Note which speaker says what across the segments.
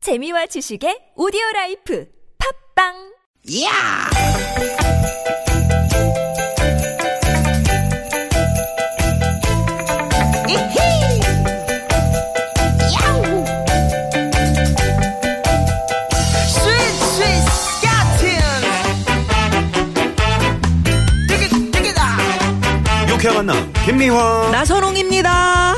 Speaker 1: 재미와 지식의 오디오 라이프 팝빵
Speaker 2: 야! 이히! 야우! 스윗 스윗 야틴! 띠기 띠기다!
Speaker 3: 유쾌한 만남 김미화
Speaker 4: 나선홍입니다.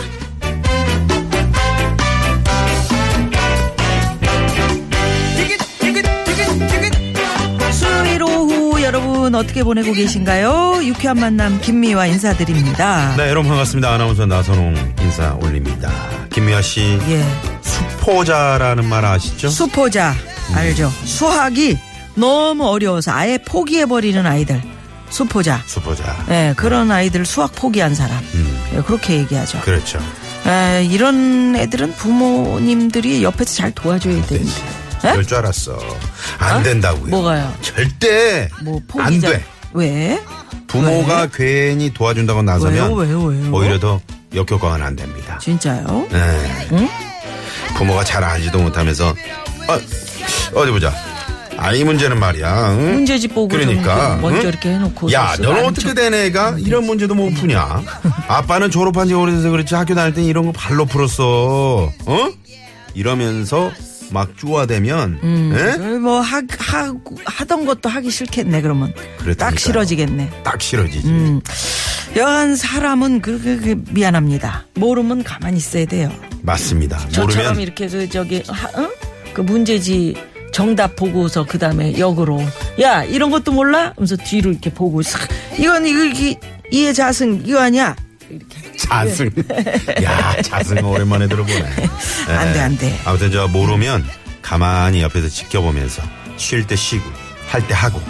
Speaker 2: 띠기 띠기 띠기 띠기
Speaker 4: 수요일 오후 여러분 어떻게 보내고 계신가요? 유쾌한 만남 김미화 인사드립니다.
Speaker 3: 네 여러분 반갑습니다 아나운서 나선홍 인사 올립니다 김미화 씨
Speaker 4: 예.
Speaker 3: 수포자라는 말 아시죠?
Speaker 4: 수포자 알죠? 수학이 너무 어려워서 아예 포기해 버리는 아이들. 수포자.
Speaker 3: 수포자
Speaker 4: 예, 그런 아이들 수학 포기한 사람.
Speaker 3: 음
Speaker 4: 예, 그렇게 얘기하죠.
Speaker 3: 그렇죠
Speaker 4: 예, 이런 애들은 부모님들이 옆에서 잘 도와줘야 됩니다. 예?
Speaker 3: 그럴 줄 알았어 안
Speaker 4: 어?
Speaker 3: 된다고요
Speaker 4: 뭐가요?
Speaker 3: 절대
Speaker 4: 뭐
Speaker 3: 안
Speaker 4: 포기자.
Speaker 3: 돼
Speaker 4: 왜?
Speaker 3: 부모가 괜히 도와준다고 나서면
Speaker 4: 왜요? 뭐? 왜요? 왜요?
Speaker 3: 오히려 더 역효과가 안 됩니다
Speaker 4: 진짜요?
Speaker 3: 네.
Speaker 4: 응?
Speaker 3: 부모가 잘 알지도 못하면서 어, 어디 보자 아이 문제는 말이야 응?
Speaker 4: 문제집 보고 좀
Speaker 3: 그러니까
Speaker 4: 그 먼저
Speaker 3: 응?
Speaker 4: 이렇게 해놓고
Speaker 3: 야
Speaker 4: 쓱쓱
Speaker 3: 너는
Speaker 4: 안
Speaker 3: 어떻게
Speaker 4: 쳐-
Speaker 3: 된 애가 이런 문제도 못 푸냐 아빠는 졸업한 지 오래돼서 그렇지 학교 다닐 땐 이런 거 발로 풀었어 어 이러면서 막 쪼아대면 예?
Speaker 4: 음, 뭐 하, 하, 하던 것도 하기 싫겠네 그러면
Speaker 3: 그렇다니까요.
Speaker 4: 딱 싫어지겠네
Speaker 3: 딱 싫어지지
Speaker 4: 음. 여한 사람은 그, 그, 그 미안합니다 모르면 가만히 있어야 돼요
Speaker 3: 맞습니다
Speaker 4: 저처럼
Speaker 3: 모르면
Speaker 4: 이렇게 그 저기 하, 응? 그 문제지 정답 보고서 그 다음에 역으로 야 이런 것도 몰라? 하면서 뒤로 이렇게 보고 싹 이건 이거 이게 이해자승 이거 아니야
Speaker 3: 자승 야 자승 오랜만에 들어보네 예.
Speaker 4: 안 돼, 안 돼.
Speaker 3: 아무튼 저 모르면 가만히 옆에서 지켜보면서 쉴 때 쉬고 할 때 하고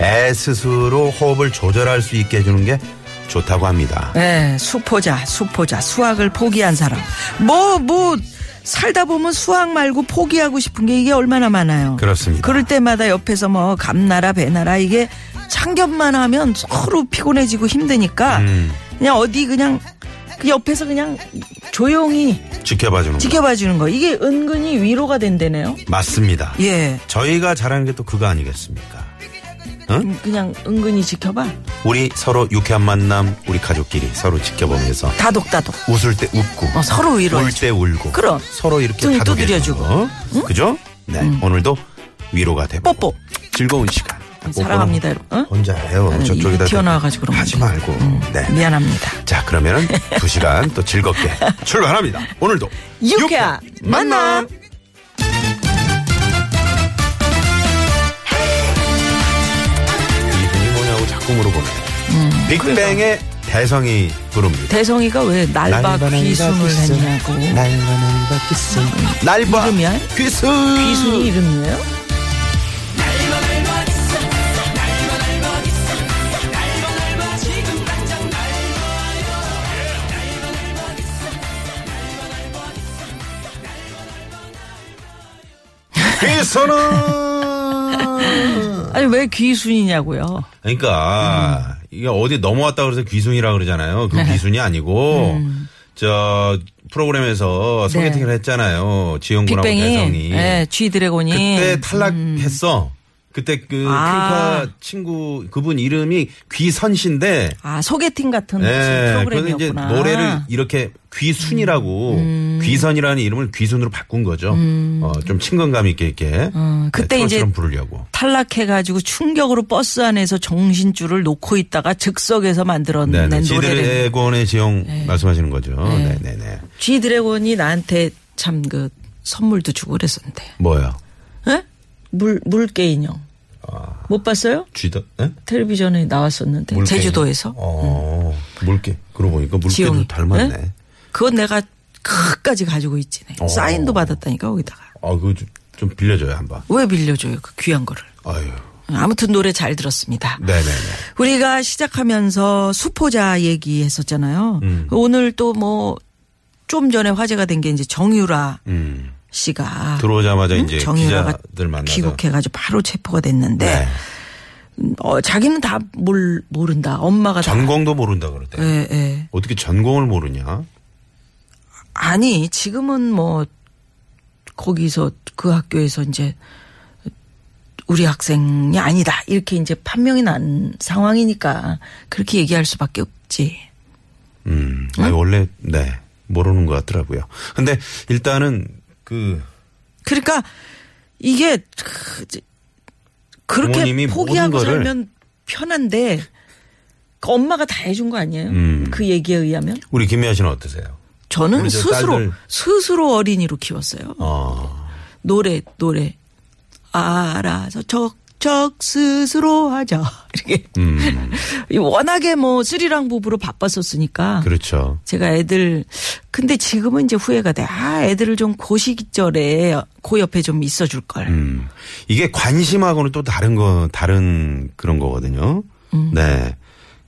Speaker 3: 애 스스로 호흡을 조절할 수 있게 해주는 게 좋다고 합니다
Speaker 4: 예, 수포자, 수포자, 수학을 포기한 사람. 뭐, 뭐, 살다 보면 수학 말고 포기하고 싶은 게 이게 얼마나 많아요.
Speaker 3: 그렇습니다.
Speaker 4: 그럴 때마다 옆에서 뭐, 감나라, 배나라, 이게 참견만 하면 서로 피곤해지고 힘드니까,
Speaker 3: 음.
Speaker 4: 그냥 어디 그냥, 그 옆에서 그냥 조용히
Speaker 3: 지켜봐주는 거
Speaker 4: 지켜봐 주는 거. 이게 은근히 위로가 된다네요.
Speaker 3: 맞습니다.
Speaker 4: 예.
Speaker 3: 저희가 잘하는 게 또 그거 아니겠습니까?
Speaker 4: 그냥 은근히 지켜봐.
Speaker 3: 우리 서로 유쾌한 만남, 우리 가족끼리 서로 지켜보면서
Speaker 4: 다독다독.
Speaker 3: 웃을 때 웃고,
Speaker 4: 어, 서로 위로해.
Speaker 3: 울 때 울고,
Speaker 4: 그럼.
Speaker 3: 서로 이렇게
Speaker 4: 등이
Speaker 3: 다독여
Speaker 4: 두드려주고. 음.
Speaker 3: 주고. 그죠? 네, 오늘도 위로가 되고
Speaker 4: 뽀뽀. 네,
Speaker 3: 즐거운 시간. 뽀뽀는
Speaker 4: 사랑합니다, 여러분. 어?
Speaker 3: 혼자 해요.
Speaker 4: 나는
Speaker 3: 저쪽에다
Speaker 4: 아, 입이 튀어나와가지고 그런
Speaker 3: 하지
Speaker 4: 건데. 음.
Speaker 3: 말고. 네.
Speaker 4: 미안합니다.
Speaker 3: 자, 그러면은 두 시간 또 즐겁게 출발합니다. 오늘도
Speaker 4: 유쾌한 만남.
Speaker 3: 이분이 뭐냐고 자꾸 물어보네. 빅뱅의 대성이 부릅니다.
Speaker 4: 음, 대성이가 왜 날바 귀순을 했냐고. 음.
Speaker 3: 날바 귀순. 날바
Speaker 4: 이름이야?
Speaker 3: 귀순.
Speaker 4: 귀순이 이름이에요?
Speaker 3: 귀순은.
Speaker 4: 아니 왜 귀순이냐고요?
Speaker 3: 그러니까
Speaker 4: 음.
Speaker 3: 이게 어디 넘어왔다 그래서 귀순이라 그러잖아요. 그
Speaker 4: 네.
Speaker 3: 귀순이 아니고
Speaker 4: 음.
Speaker 3: 저 프로그램에서 소개팅을 했잖아요. 지영군하고
Speaker 4: 네. 빅뱅이,
Speaker 3: 대성이.
Speaker 4: 예, G 드래곤이
Speaker 3: 그때 탈락했어. 그때 그
Speaker 4: 아.
Speaker 3: 아. 카 친구 그분 이름이 귀선 씨인데
Speaker 4: 아 소개팅 같은 무슨
Speaker 3: 예, 그래서 이제
Speaker 4: 프로그램이었구나. 음.
Speaker 3: 노래를 이렇게 귀순이라고 귀선이라는 이름을 귀순으로 바꾼 거죠. 어, 좀 친근감 있게 이렇게
Speaker 4: 어, 그때
Speaker 3: 네,
Speaker 4: 이제
Speaker 3: 트롯처럼 부르려고.
Speaker 4: 탈락해가지고 충격으로 버스 안에서 정신줄을 놓고 있다가 즉석에서 만들어낸
Speaker 3: 네네.
Speaker 4: 노래를
Speaker 3: 지드래곤의 지용 말씀하시는 거죠.
Speaker 4: 네.
Speaker 3: 네네네. 네
Speaker 4: G 드래곤이 나한테 참 그 선물도 주고 그랬었는데.
Speaker 3: 뭐요?
Speaker 4: 예? 물 물개 인형. 못 봤어요?
Speaker 3: 쥐다? 예?
Speaker 4: 텔레비전에 나왔었는데
Speaker 3: 물개.
Speaker 4: 제주도에서.
Speaker 3: 어, 물개. 그러고 보니까 물개도
Speaker 4: 지용이.
Speaker 3: 닮았네.
Speaker 4: 네? 그건 내가 끝까지 가지고 있지. 내.
Speaker 3: 어.
Speaker 4: 사인도 받았다니까 거기다가.
Speaker 3: 아, 그거 좀, 좀 빌려줘요, 한 번.
Speaker 4: 왜 빌려줘요 그 귀한 거를.
Speaker 3: 아유.
Speaker 4: 아무튼 노래 잘 들었습니다.
Speaker 3: 네네네.
Speaker 4: 우리가 시작하면서 수포자 얘기했었잖아요.
Speaker 3: 음.
Speaker 4: 오늘 또 뭐 좀 전에 화제가 된 게 이제 정유라
Speaker 3: 음.
Speaker 4: 씨가
Speaker 3: 들어오자마자 이제
Speaker 4: 정유라가
Speaker 3: 기자들 만나서.
Speaker 4: 귀국해가지고 바로 체포가 됐는데
Speaker 3: 네.
Speaker 4: 어, 자기는 다 몰, 모른다. 엄마가 다.
Speaker 3: 전공도 모른다 그러대.
Speaker 4: 예, 예.
Speaker 3: 어떻게 전공을 모르냐?
Speaker 4: 아니 지금은 뭐 거기서 그 학교에서 이제 우리 학생이 아니다 이렇게 이제 판명이 난 상황이니까 그렇게 얘기할 수밖에 없지.
Speaker 3: 음, 아니, 원래, 네, 모르는 것 같더라고요. 근데 일단은 그,
Speaker 4: 그러니까 이게 크- 이제 그렇게
Speaker 3: 부모님이
Speaker 4: 포기하고
Speaker 3: 모든 거를-
Speaker 4: 살면 편한데 그 엄마가 다 해준 거 아니에요?
Speaker 3: 음.
Speaker 4: 그 얘기에 의하면
Speaker 3: 우리 김미아 씨는 어떠세요?
Speaker 4: 저는
Speaker 3: 우리 저
Speaker 4: 스스로
Speaker 3: 딸들-
Speaker 4: 스스로 어린이로 키웠어요.
Speaker 3: 어,
Speaker 4: 노래 노래 알아서 척척 스스로 하자 이렇게
Speaker 3: 음,
Speaker 4: 이 워낙에 뭐 스리랑 부부로 바빴었으니까
Speaker 3: 그렇죠.
Speaker 4: 제가 애들 근데 지금은 이제 후회가 돼. 아 애들을 좀 고시절에 고 옆에 좀 있어줄 걸.
Speaker 3: 음. 이게 관심하고는 또 다른 거, 다른 그런 거거든요.
Speaker 4: 음.
Speaker 3: 네.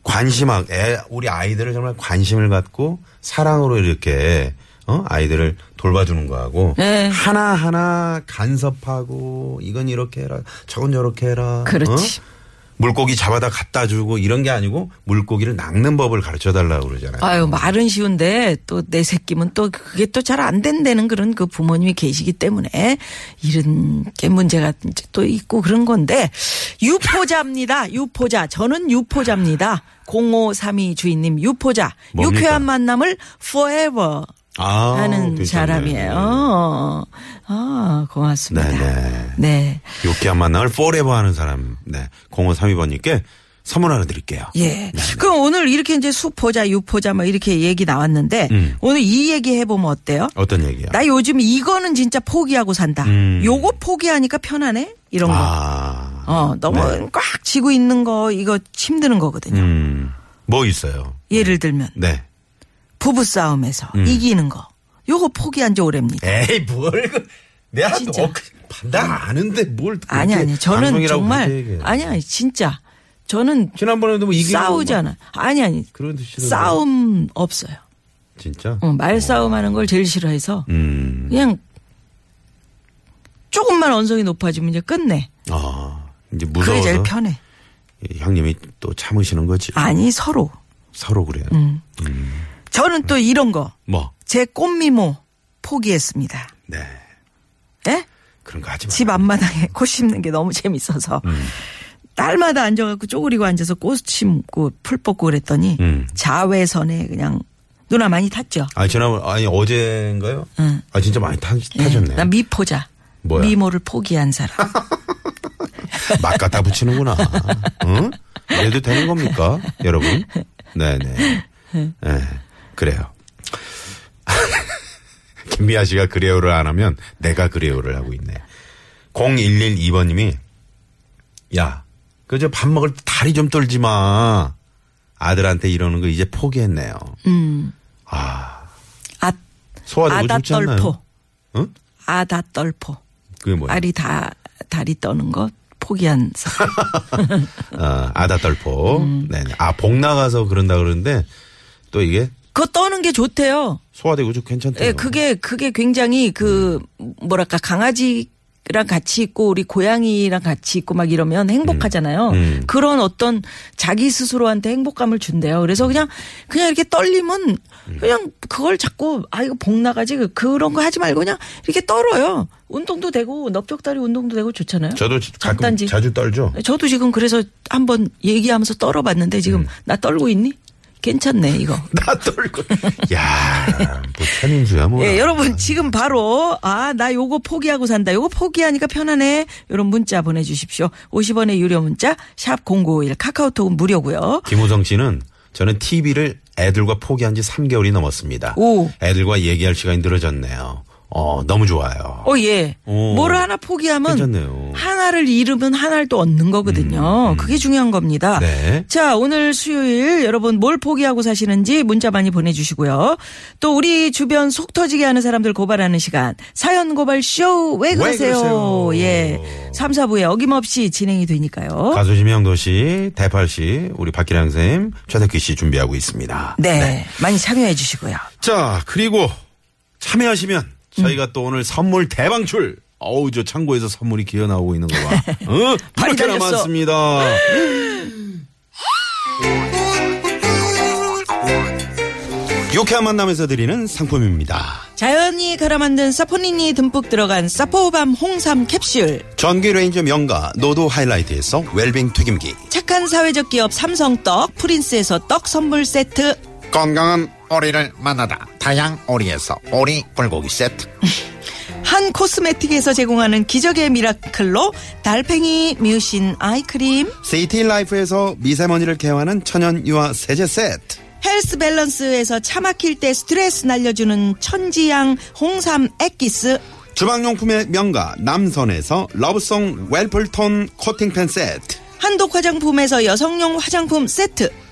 Speaker 3: 관심학, 애, 우리 아이들을 정말 관심을 갖고 사랑으로 이렇게, 어, 아이들을 돌봐주는 거하고.
Speaker 4: 네.
Speaker 3: 하나하나 간섭하고, 이건 이렇게 해라, 저건 저렇게 해라.
Speaker 4: 그렇지.
Speaker 3: 어? 물고기 잡아다 갖다 주고 이런 게 아니고 물고기를 낚는 법을 가르쳐 달라고 그러잖아요.
Speaker 4: 아유 말은 쉬운데 또 내 새끼면 또 그게 또 잘 안 된다는 그런 그 부모님이 계시기 때문에 이런 게 문제가 이제 또 있고 그런 건데 유포자입니다. 유포자. 저는 유포자입니다. 0532 주인님 유포자.
Speaker 3: 뭡니까?
Speaker 4: 유쾌한 만남을 forever
Speaker 3: 아,
Speaker 4: 하는
Speaker 3: 괜찮네.
Speaker 4: 사람이에요. 아, 고맙습니다.
Speaker 3: 네네.
Speaker 4: 네.
Speaker 3: 욕기 안 만남을 포레버 하는 사람, 네. 0532번님께 선물 하나 드릴게요.
Speaker 4: 예. 그럼 오늘 이렇게 이제 수포자, 유포자 뭐 이렇게 얘기 나왔는데
Speaker 3: 음.
Speaker 4: 오늘 이 얘기 해보면 어때요?
Speaker 3: 어떤 얘기야?
Speaker 4: 나 요즘 이거는 진짜 포기하고 산다.
Speaker 3: 음.
Speaker 4: 요거 포기하니까 편하네? 이런 거.
Speaker 3: 아.
Speaker 4: 어, 너무
Speaker 3: 네.
Speaker 4: 꽉 쥐고 있는 거, 이거 힘드는 거거든요.
Speaker 3: 음. 뭐 있어요?
Speaker 4: 예를 들면,
Speaker 3: 네.
Speaker 4: 부부싸움에서
Speaker 3: 음. 예.
Speaker 4: 이기는 거. 요거 포기한 지 오래입니다.
Speaker 3: 에이, 뭘. 그- 내가
Speaker 4: 진짜.
Speaker 3: 너 그- 나 아는데 뭘. 그렇게
Speaker 4: 아니, 아니. 저는
Speaker 3: 방송이라고 그렇게
Speaker 4: 정말,
Speaker 3: 얘기해.
Speaker 4: 아니, 아니. 진짜. 저는
Speaker 3: 지난번에도 뭐 이기고. 막
Speaker 4: 싸우잖아. 아니, 아니.
Speaker 3: 그런 뜻이
Speaker 4: 싸움 없어요.
Speaker 3: 진짜?
Speaker 4: 어, 말싸움 하는 걸 제일 싫어해서
Speaker 3: 음.
Speaker 4: 그냥 조금만 언성이 높아지면 이제 끝내.
Speaker 3: 아. 이제
Speaker 4: 그게
Speaker 3: 무서워서
Speaker 4: 제일 편해.
Speaker 3: 이 형님이 또 참으시는 거지.
Speaker 4: 아니, 음. 서로.
Speaker 3: 서로 그래요.
Speaker 4: 저는 또 이런 거.
Speaker 3: 뭐.
Speaker 4: 제 꽃미모 포기했습니다.
Speaker 3: 네.
Speaker 4: 예?
Speaker 3: 그런 거 하지 마.
Speaker 4: 집 앞마당에 꽃 심는 게 너무 재밌어서
Speaker 3: 음.
Speaker 4: 딸마다 앉아갖고 쪼그리고 앉아서 꽃 심고 풀 뽑고 그랬더니
Speaker 3: 음.
Speaker 4: 자외선에 그냥 누나 많이 탔죠.
Speaker 3: 아, 지난번, 아니, 어제인가요?
Speaker 4: 응.
Speaker 3: 아, 진짜 많이 타, 타셨네.
Speaker 4: 예. 나 미포자.
Speaker 3: 뭐야?
Speaker 4: 미모를 포기한 사람.
Speaker 3: 막 갖다 붙이는구나. 응? 이래도 되는 겁니까? 여러분? 네네. 네, 그래요. 김미아 씨가 그래요를 안 하면 내가 그래요를 하고 있네. 0112번님이, 야, 그저 밥 먹을 때 다리 좀 떨지 마. 아들한테 이러는 거 이제 포기했네요.
Speaker 4: 음.
Speaker 3: 아,
Speaker 4: 아,
Speaker 3: 소화되고 좋지 않나요?
Speaker 4: 아다떨포.
Speaker 3: 응?
Speaker 4: 아다떨포.
Speaker 3: 그게 뭐야?
Speaker 4: 알이 다, 다리 떠는 거 포기한 사람.
Speaker 3: 어, 아다떨포. 네네. 아, 복 나가서 그런다 그러는데 또 이게
Speaker 4: 그거 떠는 게 좋대요.
Speaker 3: 소화되고 좀 괜찮대요.
Speaker 4: 예, 그게 그게 굉장히 그 뭐랄까 강아지랑 같이 있고 우리 고양이랑 같이 있고 막 이러면 행복하잖아요.
Speaker 3: 음.
Speaker 4: 그런 어떤 자기 스스로한테 행복감을 준대요. 그래서 그냥 그냥 이렇게 떨리면
Speaker 3: 음.
Speaker 4: 그냥 그걸 자꾸 아 이거 복 나가지 그런 거 하지 말고 그냥 이렇게 떨어요. 운동도 되고 넓적다리 운동도 되고 좋잖아요.
Speaker 3: 저도 지- 가끔
Speaker 4: 잡단지.
Speaker 3: 자주 떨죠.
Speaker 4: 저도 지금 그래서 한번 얘기하면서 떨어봤는데 지금
Speaker 3: 음.
Speaker 4: 나 떨고 있니? 괜찮네 이거.
Speaker 3: 나 떨고. 야, 뭐 천인주야 뭐.
Speaker 4: 예, 여러분 지금 바로 아 나 요거 포기하고 산다. 요거 포기하니까 편하네. 요런 문자 보내 주십시오. 50원의 유료 문자 샵 0951 카카오톡은 무료고요.
Speaker 3: 김우성 씨는 저는 TV를 애들과 포기한 지 3개월이 넘었습니다.
Speaker 4: 오.
Speaker 3: 애들과 얘기할 시간이 늘어졌네요. 어, 너무 좋아요.
Speaker 4: 어 예.
Speaker 3: 오.
Speaker 4: 뭘 하나 포기하면
Speaker 3: 괜찮네요. 음,
Speaker 4: 하나를 잃으면 하나를 또 얻는 거거든요. 그게 중요한 겁니다.
Speaker 3: 네.
Speaker 4: 자, 오늘 수요일 여러분 뭘 포기하고 사시는지 문자 많이 보내주시고요. 또 우리 주변 속 터지게 하는 사람들 고발하는 시간. 사연 고발 쇼, 왜 그러세요?
Speaker 3: 그러세요?
Speaker 4: 예. 3, 4부에 어김없이 진행이 되니까요.
Speaker 3: 가수 지명도 씨, 대팔 씨, 우리 박기량 쌤, 최석기 씨 준비하고 있습니다.
Speaker 4: 네, 많이 참여해 주시고요.
Speaker 3: 자, 그리고 참여하시면 저희가 또 오늘 선물 대방출. 어우, 저 창고에서 선물이 기어 나오고 있는 거 봐. 어?
Speaker 4: 많이
Speaker 3: 이렇게
Speaker 4: 달렸어.
Speaker 3: 남았습니다. 유쾌한 만남에서 드리는 상품입니다.
Speaker 4: 자연이 갈아 만든 사포닌이 듬뿍 들어간 사포밤 홍삼 캡슐.
Speaker 3: 전기 레인저 명가 노도 하이라이트에서 웰빙 튀김기
Speaker 4: 착한 사회적 기업 삼성떡 프린스에서 떡 선물 세트.
Speaker 5: 건강한 오리를 만나다 다양 오리에서 오리 불고기 세트
Speaker 4: 한 코스메틱에서 제공하는 기적의 미라클로 달팽이 뮤신 아이크림.
Speaker 3: 시티 라이프에서 미세먼지를 개화하는 천연 유화 세제 세트
Speaker 4: 헬스 밸런스에서 차 막힐 때 스트레스 날려주는 천지양 홍삼 액기스.
Speaker 3: 주방용품의 명가 남선에서 러브송 웰플톤 코팅팬 세트
Speaker 4: 한독 화장품에서 여성용 화장품 세트.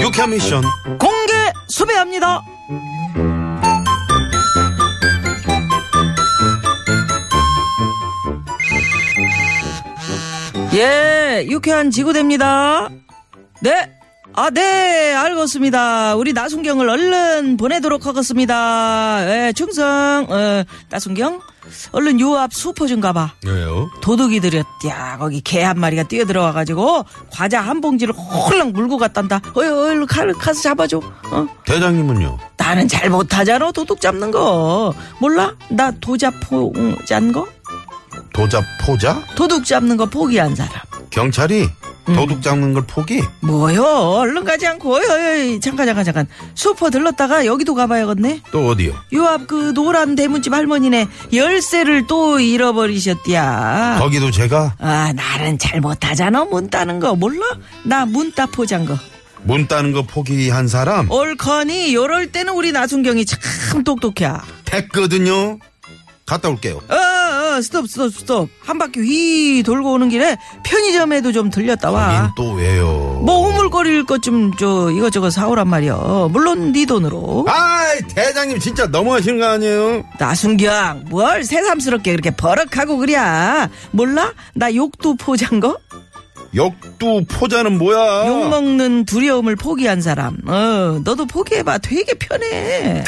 Speaker 3: 유쾌한 미션
Speaker 4: 공개 수배합니다. 예, 유쾌한 지구대입니다. 네. 아, 네, 알겠습니다. 우리 나순경을 얼른 보내도록 하겠습니다. 예, 충성, 어, 나순경, 얼른 요 앞 수퍼 좀 가봐.
Speaker 3: 왜요?
Speaker 4: 도둑이들이 야 거기 개 한 마리가 뛰어들어와가지고 과자 한 봉지를 홀랑 물고 갔단다 어이 어이 일로 칼 가서 잡아줘 어
Speaker 3: 대장님은요?
Speaker 4: 나는 잘 못하잖아 도둑 잡는 거 몰라 나 도자포 짠 거
Speaker 3: 도자 포자?
Speaker 4: 도둑 잡는 거 포기한 사람
Speaker 3: 경찰이 도둑 잡는 걸 포기?
Speaker 4: 뭐요 얼른 가지 않고 어이 어이 어이, 잠깐 잠깐 잠깐 슈퍼 들렀다가 여기도 가봐야겠네
Speaker 3: 또 어디요?
Speaker 4: 요 앞 그 노란 대문집 할머니네 열쇠를 또 잃어버리셨디야
Speaker 3: 거기도 제가
Speaker 4: 아, 나는 잘 못하잖아. 문 따는 거 몰라? 나 문 따 포장 거.
Speaker 3: 문 따는 거 포기한 사람
Speaker 4: 올커니 요럴 때는 우리 나순경이 참 똑똑해.
Speaker 3: 됐거든요. 갔다 올게요.
Speaker 4: 어, 어, 스톱, 스톱, 스톱. 한 바퀴 휘 돌고 오는 길에 편의점에도 좀 들렸다
Speaker 3: 거긴
Speaker 4: 와.
Speaker 3: 또 왜요?
Speaker 4: 뭐 호물거릴 것 좀 저 이거저거 사오란 말이야. 물론 네 돈으로.
Speaker 3: 아이 대장님 진짜 너무하시는 거 아니에요?
Speaker 4: 나순경, 뭘 새삼스럽게 그렇게 버럭하고 그랴. 몰라? 나 욕도 포장 거?
Speaker 3: 역두 포자는 뭐야?
Speaker 4: 욕 먹는 두려움을 포기한 사람. 어, 너도 포기해봐. 되게 편해.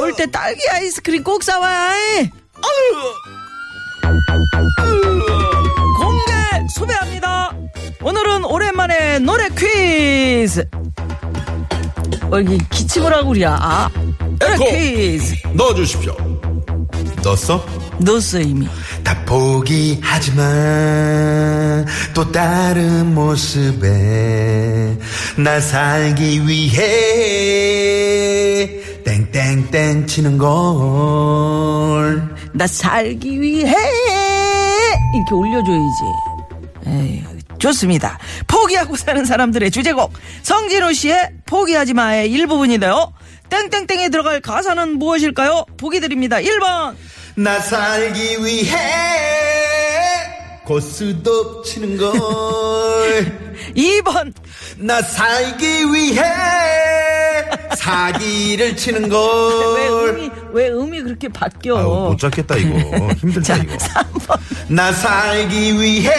Speaker 4: 올 때 딸기 아이스크림 꼭 사와. 공개 소개합니다. 오늘은 오랜만에 노래 퀴즈. 어, 이게 기침을 하고 우리야. 아, 노래
Speaker 3: 에코.
Speaker 4: 퀴즈.
Speaker 3: 넣어주십시오. 넣었어?
Speaker 4: 넣었어, 이미.
Speaker 5: 다 포기하지만 또 다른 모습에 나 살기 위해 땡땡땡 치는 걸
Speaker 4: 나 살기 위해 이렇게 올려줘야지. 에이, 좋습니다. 포기하고 사는 사람들의 주제곡 성진호 씨의 포기하지 마의 일부분인데요. 땡땡땡에 들어갈 가사는 무엇일까요? 보기 드립니다. 1번
Speaker 5: 나 살기 위해 고스톱 치는 걸
Speaker 4: 2번
Speaker 5: 나 살기 위해 사기를 치는
Speaker 4: 왜
Speaker 5: 걸.
Speaker 4: 음이 왜 음이 그렇게 바뀌어?
Speaker 3: 아유, 뭐 못 잡겠다 이거 힘들다
Speaker 4: 자,
Speaker 3: 이거.
Speaker 4: 3번
Speaker 5: 나 살기 위해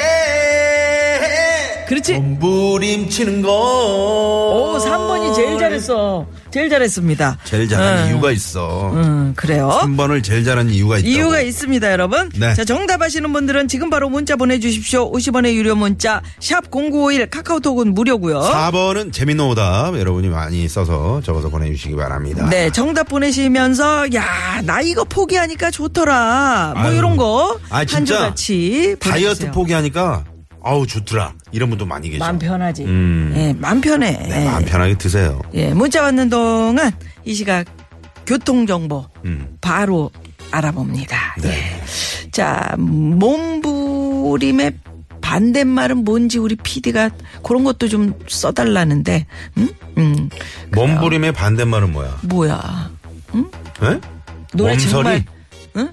Speaker 4: 그렇지.
Speaker 5: 몸부림 치는 걸.
Speaker 4: 오, 3번이 제일 잘했어. 제일 잘했습니다.
Speaker 3: 제일 잘하는
Speaker 4: 음,
Speaker 3: 이유가 있어.
Speaker 4: 음, 그래요.
Speaker 3: 3번을 제일 잘하는 이유가 있다.
Speaker 4: 이유가 있습니다, 여러분.
Speaker 3: 네.
Speaker 4: 자, 정답 아시는 분들은 지금 바로 문자 보내주십시오. 50원의 유료 문자, 샵 0951, 카카오톡은 무료고요
Speaker 3: 4번은 재밌는 오답 여러분이 많이 써서 적어서 보내주시기 바랍니다.
Speaker 4: 네, 정답 보내시면서, 야, 나 이거 포기하니까 좋더라. 뭐
Speaker 3: 아유.
Speaker 4: 이런 거.
Speaker 3: 아, 진짜
Speaker 4: 한줄같이.
Speaker 3: 다이어트 포기하니까 아우 좋더라 이런 분도 많이 계시죠.
Speaker 4: 마음 편하지.
Speaker 3: 음.
Speaker 4: 예, 마음 편해.
Speaker 3: 네, 마음 편하게 드세요.
Speaker 4: 예, 문자 받는 동안 이 시각 교통정보
Speaker 3: 음.
Speaker 4: 바로 알아봅니다. 예. 자, 몸부림의 반대말은 뭔지 우리 PD가 그런 것도 좀 써달라는데, 음? 음,
Speaker 3: 몸부림의 반대말은 뭐야?
Speaker 4: 뭐야.
Speaker 3: 에?
Speaker 4: 노래
Speaker 3: 몸서리?
Speaker 4: 정말, 응?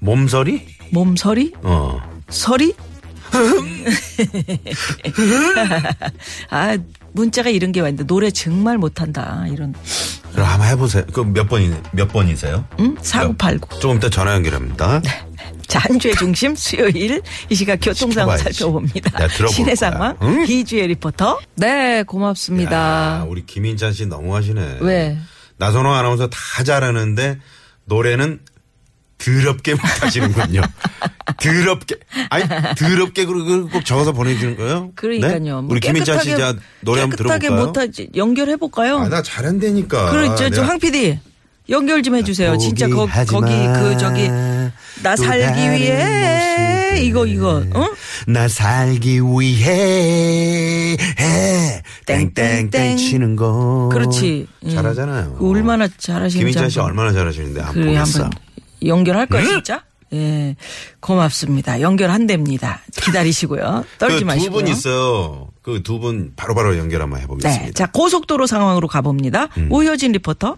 Speaker 3: 몸서리?
Speaker 4: 몸서리?
Speaker 3: 어.
Speaker 4: 서리? 아, 문자가 이런 게 왔는데 노래 정말 못한다. 이런.
Speaker 3: 그럼 한번 해보세요. 그 몇 번이 몇 번이세요?
Speaker 4: 응? 4989.
Speaker 3: 조금 이따 전화 연결합니다.
Speaker 4: 네, 자, 한 주의 중심 수요일 이 시각 교통 상황
Speaker 3: 지켜봐야지.
Speaker 4: 살펴봅니다.
Speaker 3: 내가 들어볼 거야.
Speaker 4: 시내 상황
Speaker 3: 응?
Speaker 4: 이주혜 리포터. 네, 고맙습니다.
Speaker 3: 아, 우리 김인찬 씨 너무하시네.
Speaker 4: 왜?
Speaker 3: 나선호 아나운서 다 잘하는데 노래는 더럽게 못하시는군요. 더럽게. 아니 더럽게 그걸 꼭 적어서 보내주는 거예요?
Speaker 4: 그러니까요.
Speaker 3: 네?
Speaker 4: 뭐
Speaker 3: 우리 김인찬 씨
Speaker 4: 깨끗하게-
Speaker 3: 자, 노래 한번
Speaker 4: 깨끗하게
Speaker 3: 들어볼까요?
Speaker 4: 못하지 연결해 볼까요?
Speaker 3: 아, 나 잘한다니까.
Speaker 4: 그렇죠.
Speaker 3: 내가-
Speaker 4: 저황 PD 연결 좀 해주세요. 진짜 거,
Speaker 3: 포기하지
Speaker 4: 거기
Speaker 3: 마.
Speaker 4: 그 저기 나
Speaker 3: 또
Speaker 4: 살기
Speaker 3: 다른
Speaker 4: 위해
Speaker 3: 모습을.
Speaker 4: 이거 이거 어?
Speaker 3: 나 살기 위해 해
Speaker 4: 땡땡땡.
Speaker 3: 땡땡땡 치는 거
Speaker 4: 그렇지. 예.
Speaker 3: 어, 잘하잖아요.
Speaker 4: 그 얼마나 잘하시는지
Speaker 3: 김인찬 씨
Speaker 4: 한번.
Speaker 3: 얼마나 잘하시는데 안
Speaker 4: 그래
Speaker 3: 보겠어.
Speaker 4: 한번 연결할 거야 진짜. 예, 고맙습니다. 연결한답니다. 기다리시고요. 떨지
Speaker 3: 그 두
Speaker 4: 마시고요.
Speaker 3: 분 있어요. 그 두 분 바로바로 연결 한번 해보겠습니다. 음.
Speaker 4: 네. 자, 고속도로 상황으로 가봅니다. 오효진 리포터.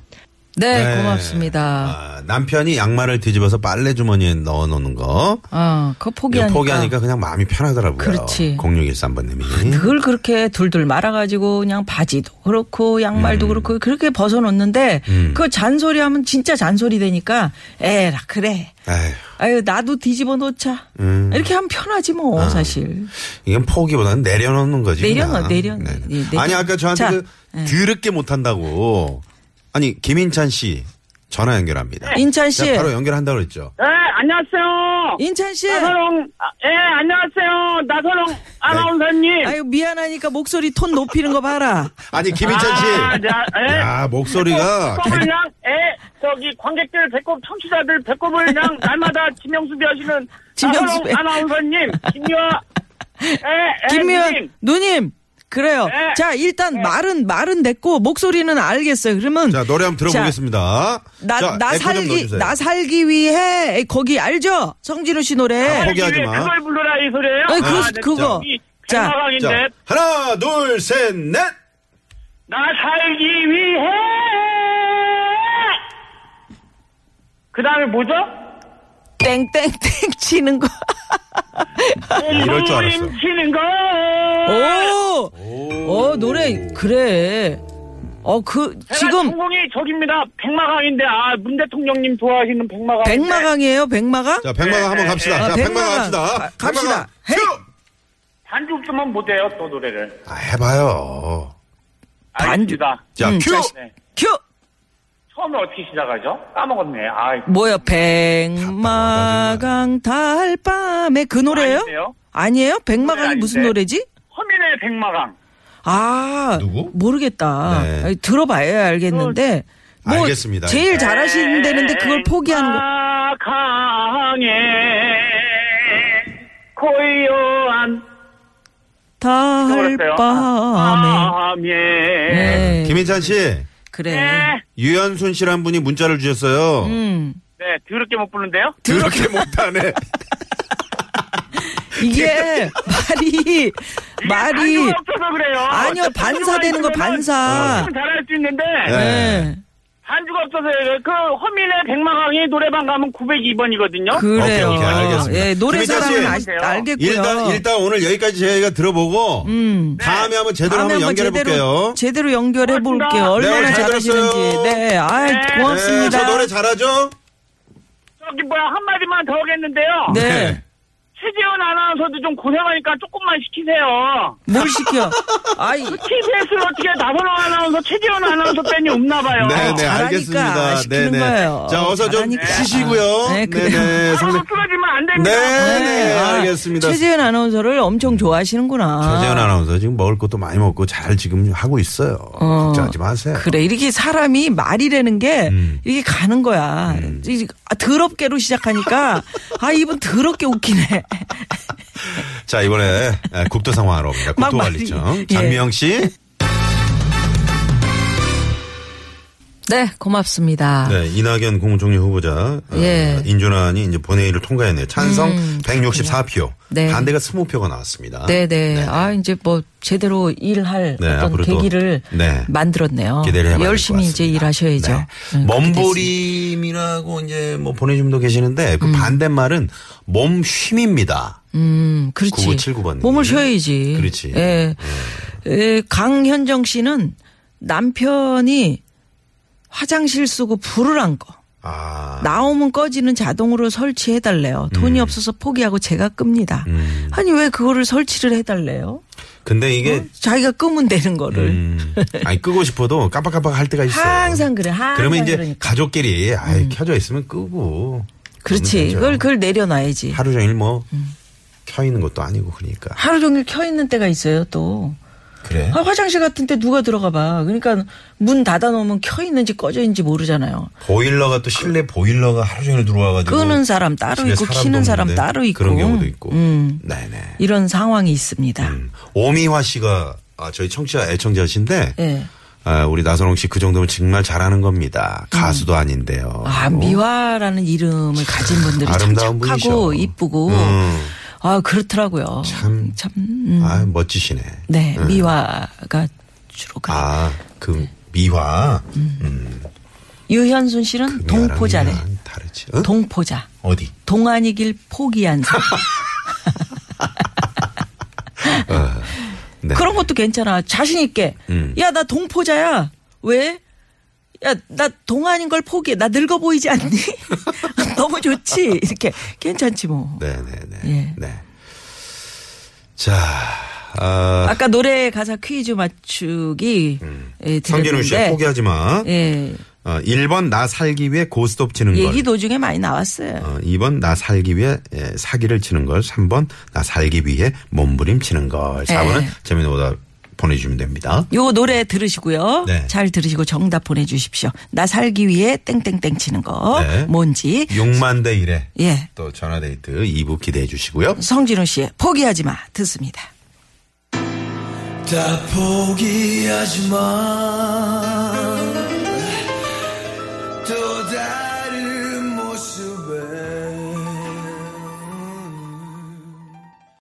Speaker 4: 네,
Speaker 3: 네.
Speaker 4: 고맙습니다.
Speaker 3: 아, 남편이 양말을 뒤집어서 빨래 주머니에 넣어놓는 거
Speaker 4: 아, 그거
Speaker 3: 이거
Speaker 4: 포기하니까.
Speaker 3: 포기하니까 그냥 마음이 편하더라고요.
Speaker 4: 그렇지.
Speaker 3: 0613번님이
Speaker 4: 늘 그렇게 둘둘 말아가지고 그냥 바지도 그렇고
Speaker 3: 음.
Speaker 4: 양말도 그렇고 그렇게 벗어놓는데 그 잔소리하면 진짜 잔소리 되니까 에라 그래
Speaker 3: 에휴,
Speaker 4: 아유 나도 뒤집어 놓자
Speaker 3: 음.
Speaker 4: 이렇게 하면 편하지 뭐
Speaker 3: 아.
Speaker 4: 사실
Speaker 3: 이건 포기보다는 내려놓는 거지. 그냥.
Speaker 4: 내려놔, 내려-
Speaker 3: 네.
Speaker 4: 예, 내려-
Speaker 3: 아니 아까 저한테
Speaker 4: 자,
Speaker 3: 그
Speaker 4: 예.
Speaker 3: 더럽게 못한다고. 아니 김인찬 씨 전화 연결합니다.
Speaker 4: 네. 인찬 씨.
Speaker 3: 자, 바로 연결한다고 그랬죠.
Speaker 6: 예, 안녕하세요.
Speaker 4: 인찬 씨
Speaker 6: 나선홍, 아, 예, 안녕하세요. 나선홍 아나운서님.
Speaker 4: 아유 미안하니까 목소리 톤 높이는 거 봐라
Speaker 3: 아니 김인찬 씨. 아,
Speaker 6: 아, 자, 예.
Speaker 3: 야 목소리가
Speaker 6: 배꼽을 그냥, 예, 저기 관객들 배꼽, 청취자들 배꼽을 그냥 날마다 지명수비 하시는
Speaker 4: 지명수배.
Speaker 6: 나선홍 아나운서님, 김유아, 예,
Speaker 4: 김미연
Speaker 6: 님
Speaker 4: 누님 그래요
Speaker 6: 네.
Speaker 4: 자 일단 말은 말은 됐고 목소리는 알겠어요 그러면
Speaker 3: 자 노래 한번 들어보겠습니다.
Speaker 4: 나,
Speaker 3: 자,
Speaker 4: 나
Speaker 3: 에코 좀
Speaker 4: 살기,
Speaker 3: 넣어주세요.
Speaker 4: 나 살기 위해, 거기 알죠? 성진우 씨 노래.
Speaker 3: 아, 포기하지 마.
Speaker 6: 그걸 부르라 예, 이 소리예요.
Speaker 4: 아니, 그,
Speaker 6: 아, 네,
Speaker 4: 그거.
Speaker 6: 이
Speaker 4: 자.
Speaker 6: 백마강인데
Speaker 3: 자, 하나, 둘, 셋, 넷.
Speaker 6: 나 살기 위해. 그 다음에 뭐죠?
Speaker 4: 땡땡땡 치는 거.
Speaker 3: 이럴 줄 알았어.
Speaker 6: 치는 거.
Speaker 4: 오! 어, 노래, 그래. 어, 그,
Speaker 6: 지금
Speaker 4: 지금,
Speaker 6: 성공이 저깁니다. 백마강인데 아 문 대통령님 좋아하시는 백마강. 네,
Speaker 4: 백마강이에요, 백마강?
Speaker 3: 자, 백마강 한번 갑시다.
Speaker 4: 아,
Speaker 3: 자, 백마강
Speaker 4: 백마강.
Speaker 3: 갑시다.
Speaker 4: 아, 갑시다. 헤이!
Speaker 3: 백마강. 큐!
Speaker 6: 반주 없으면 못해요 또 노래를.
Speaker 3: 아, 해봐요.
Speaker 6: 알겠습니다.
Speaker 3: 자,
Speaker 4: 음,
Speaker 3: 큐!
Speaker 4: 자, 시-
Speaker 6: 네.
Speaker 4: 큐!
Speaker 6: 처음에 어떻게 시작하죠? 까먹었네. 아
Speaker 4: 뭐야, 백마강 달밤에 그 노래예요?
Speaker 6: 아닌데요?
Speaker 4: 아니에요? 백마강이
Speaker 6: 노래
Speaker 4: 무슨
Speaker 6: 아닌데.
Speaker 4: 노래지?
Speaker 6: 허민의 백마강.
Speaker 4: 아,
Speaker 3: 누구?
Speaker 4: 모르겠다.
Speaker 3: 네.
Speaker 4: 아니, 들어봐야 알겠는데. 뭐
Speaker 3: 알겠습니다.
Speaker 4: 제일
Speaker 6: 네.
Speaker 4: 잘하시는데는데 그걸 포기하는
Speaker 6: 아,
Speaker 4: 거.
Speaker 6: 백마강의 고요한 그랬어요. 아,
Speaker 4: 달밤에.
Speaker 6: 밤에.
Speaker 4: 네.
Speaker 3: 김인찬 씨,
Speaker 4: 그래.
Speaker 3: 유현순 씨란 분이 문자를 주셨어요.
Speaker 4: 음.
Speaker 6: 네, 더럽게 못 부른데요?
Speaker 3: 그렇게 못하네.
Speaker 4: 이게 말이
Speaker 6: 이게
Speaker 4: 말이
Speaker 6: 반주가 없어서 그래요.
Speaker 4: 아니요 반사되는 거 반사.
Speaker 6: 좀 잘할 수 있는데
Speaker 4: 네.
Speaker 6: 반주가 없어서요. 그 허민의 백마강이 노래방 가면 902번이거든요.
Speaker 4: 그래요.
Speaker 3: 오케이, 오케이, 알겠습니다.
Speaker 4: 예, 노래
Speaker 3: 김혜자
Speaker 4: 사랑은
Speaker 3: 씨.
Speaker 4: 아, 알겠고요. 네.
Speaker 3: 일단, 일단 오늘 여기까지 저희가 들어보고, 다음에 한번 제대로
Speaker 4: 다음에
Speaker 3: 한번
Speaker 4: 한번
Speaker 3: 연결해
Speaker 4: 제대로
Speaker 3: 볼게요.
Speaker 4: 제대로 연결해 볼게요.
Speaker 6: 고맙습니다.
Speaker 4: 얼마나
Speaker 3: 네, 잘
Speaker 4: 잘하시는지.
Speaker 3: 들었어요.
Speaker 4: 네, 아
Speaker 6: 네.
Speaker 4: 고맙습니다.
Speaker 3: 저 노래 잘하죠?
Speaker 6: 저기 뭐야 한 마디만 더 하겠는데요.
Speaker 4: 네.
Speaker 6: 최재훈 아나운서도 좀 고생하니까 조금만 시키세요.
Speaker 4: 뭘 시켜? 아이
Speaker 6: TBS를 어떻게 나선호 아나운서, 최재훈 아나운서 뺀이 없나 봐요.
Speaker 3: 네, 네,
Speaker 4: 어, 잘하니까
Speaker 3: 알겠습니다. 네,
Speaker 4: 시키는 거예요.
Speaker 3: 자, 어서 좀
Speaker 4: 잘하니까.
Speaker 3: 쉬시고요.
Speaker 4: 네, 그래요.
Speaker 3: 네네.
Speaker 6: 서로
Speaker 3: 상당-
Speaker 6: 쓰러지면 안 됩니다.
Speaker 3: 네, 네,
Speaker 4: 아,
Speaker 3: 알겠습니다.
Speaker 4: 최재현 아나운서를 엄청 좋아하시는구나.
Speaker 3: 최재현 아나운서 지금 먹을 것도 많이 먹고 잘 지금 하고 있어요.
Speaker 4: 어,
Speaker 3: 걱정하지 마세요.
Speaker 4: 그래 이렇게 사람이 말이라는 게 이게 가는 거야. 이- 아, 더럽게로 시작하니까 아 이분 더럽게 웃기네.
Speaker 3: 자, 이번에 에, 국토 상황하러 옵니다.
Speaker 4: 막
Speaker 3: 국토관리청.
Speaker 4: 말이- 예.
Speaker 3: 장미영 씨.
Speaker 4: 네 고맙습니다.
Speaker 3: 네, 이낙연 국무총리 후보자 어,
Speaker 4: 아. 예. 음,
Speaker 3: 인준안이 이제 본회의를 통과했네요. 찬성 164표,
Speaker 4: 네.
Speaker 3: 반대가 20표가 나왔습니다.
Speaker 4: 네네. 아, 이제 뭐 제대로 일할
Speaker 3: 네,
Speaker 4: 어떤
Speaker 3: 앞으로도
Speaker 4: 계기를
Speaker 3: 네.
Speaker 4: 만들었네요.
Speaker 3: 기대를 해봐야
Speaker 4: 열심히
Speaker 3: 될것
Speaker 4: 이제
Speaker 3: 같습니다.
Speaker 4: 일하셔야죠.
Speaker 3: 네.
Speaker 4: 음, 그렇게
Speaker 3: 몸부림이라고 이제 뭐 보내주님도 계시는데 그 반대말은 몸쉼입니다.
Speaker 4: 음, 그렇지.
Speaker 3: 9979번님.
Speaker 4: 몸을 쉬어야지.
Speaker 3: 그렇지.
Speaker 4: 예. 예, 강현정 씨는 남편이 화장실 쓰고 불을 안 꺼.
Speaker 3: 아. 음.
Speaker 4: 나오면 꺼지는 자동으로 설치해달래요. 돈이 없어서 포기하고 제가 끕니다. 아니, 왜 그거를 설치를 해달래요?
Speaker 3: 근데 이게
Speaker 4: 자기가 끄면 되는
Speaker 3: 예.
Speaker 4: 거를.
Speaker 3: 음, 아니 끄고 싶어도 깜빡깜빡 할 때가 있어.
Speaker 4: 항상 그래, 항상
Speaker 3: 그러면 이제
Speaker 4: 그러니까.
Speaker 3: 가족끼리 아이, 켜져 있으면 끄고. 그러면
Speaker 4: 그렇지.
Speaker 3: 되죠.
Speaker 4: 그걸, 그걸 내려놔야지.
Speaker 3: 하루 종일 뭐
Speaker 4: 음.
Speaker 3: 켜 있는 것도 아니고 그러니까.
Speaker 4: 하루 종일 켜있는 때가 있어요, 또.
Speaker 3: 그래.
Speaker 4: 아, 화장실 같은 데 누가 들어가 봐. 그러니까 문 닫아 놓으면 켜 있는지 꺼져 있는지 모르잖아요.
Speaker 3: 보일러가 또 실내 보일러가 하루 종일 들어와가지고
Speaker 4: 그 끄는 사람 따로
Speaker 3: 집에
Speaker 4: 있고
Speaker 3: 사람도
Speaker 4: 키는 사람
Speaker 3: 없는데
Speaker 4: 따로 있고.
Speaker 3: 그런 경우도 있고.
Speaker 4: 음.
Speaker 3: 네네.
Speaker 4: 이런 상황이 있습니다.
Speaker 3: 음. 오미화 씨가 아, 저희 청취자 애청자신데
Speaker 4: 예.
Speaker 3: 아, 우리 나선홍 씨 그 정도면 정말 잘하는 겁니다. 가수도 아닌데요.
Speaker 4: 아, 미화라는 이름을 가진 분들이 참
Speaker 3: 어? 아름다운
Speaker 4: 착하고
Speaker 3: 분이셔.
Speaker 4: 이쁘고
Speaker 3: 음.
Speaker 4: 아, 그렇더라고요.
Speaker 3: 참.
Speaker 4: 참 음.
Speaker 3: 아유, 멋지시네.
Speaker 4: 네, 미화가 주로 그
Speaker 3: 아, 그 미화. 음,
Speaker 4: 유현순 씨는
Speaker 3: 그 미화랑
Speaker 4: 음. 동포자래.
Speaker 3: 미화랑 다르지. 어?
Speaker 4: 동포자.
Speaker 3: 어디?
Speaker 4: 동안이길 포기한 사람.
Speaker 3: 네.
Speaker 4: 그런 것도 괜찮아. 자신 있게.
Speaker 3: 음.
Speaker 4: 야, 나 동포자야. 왜? 야, 나 동안인 걸 포기해. 나 늙어 보이지 않니? 너무 좋지. 이렇게 괜찮지 뭐.
Speaker 3: 네네네.
Speaker 4: 예.
Speaker 3: 네. 자, 아,
Speaker 4: 아까 노래 가사 퀴즈 맞추기 예,
Speaker 3: 음. 성진우 씨
Speaker 4: 드렸는데,
Speaker 3: 포기하지 음. 마.
Speaker 4: 예.
Speaker 3: 어, 1번 나 살기 위해 고스톱 치는 걸.
Speaker 4: 얘기 도중에 많이 나왔어요.
Speaker 3: 어, 2번 나 살기 위해 예, 사기를 치는 걸. 3번 나 살기 위해 몸부림치는 걸. 4번은
Speaker 4: 예.
Speaker 3: 재미는 오다 보내주시면 됩니다.
Speaker 4: 요 노래 들으시고요.
Speaker 3: 네.
Speaker 4: 잘 들으시고 정답 보내주십시오. 나 살기 위해 땡땡땡 치는 거
Speaker 3: 네.
Speaker 4: 뭔지
Speaker 3: 6만 대 1에
Speaker 4: 예
Speaker 3: 또 전화데이트 2부 기대해 주시고요.
Speaker 4: 성진우 씨의 포기하지 마 듣습니다.
Speaker 7: 다 포기하지 마.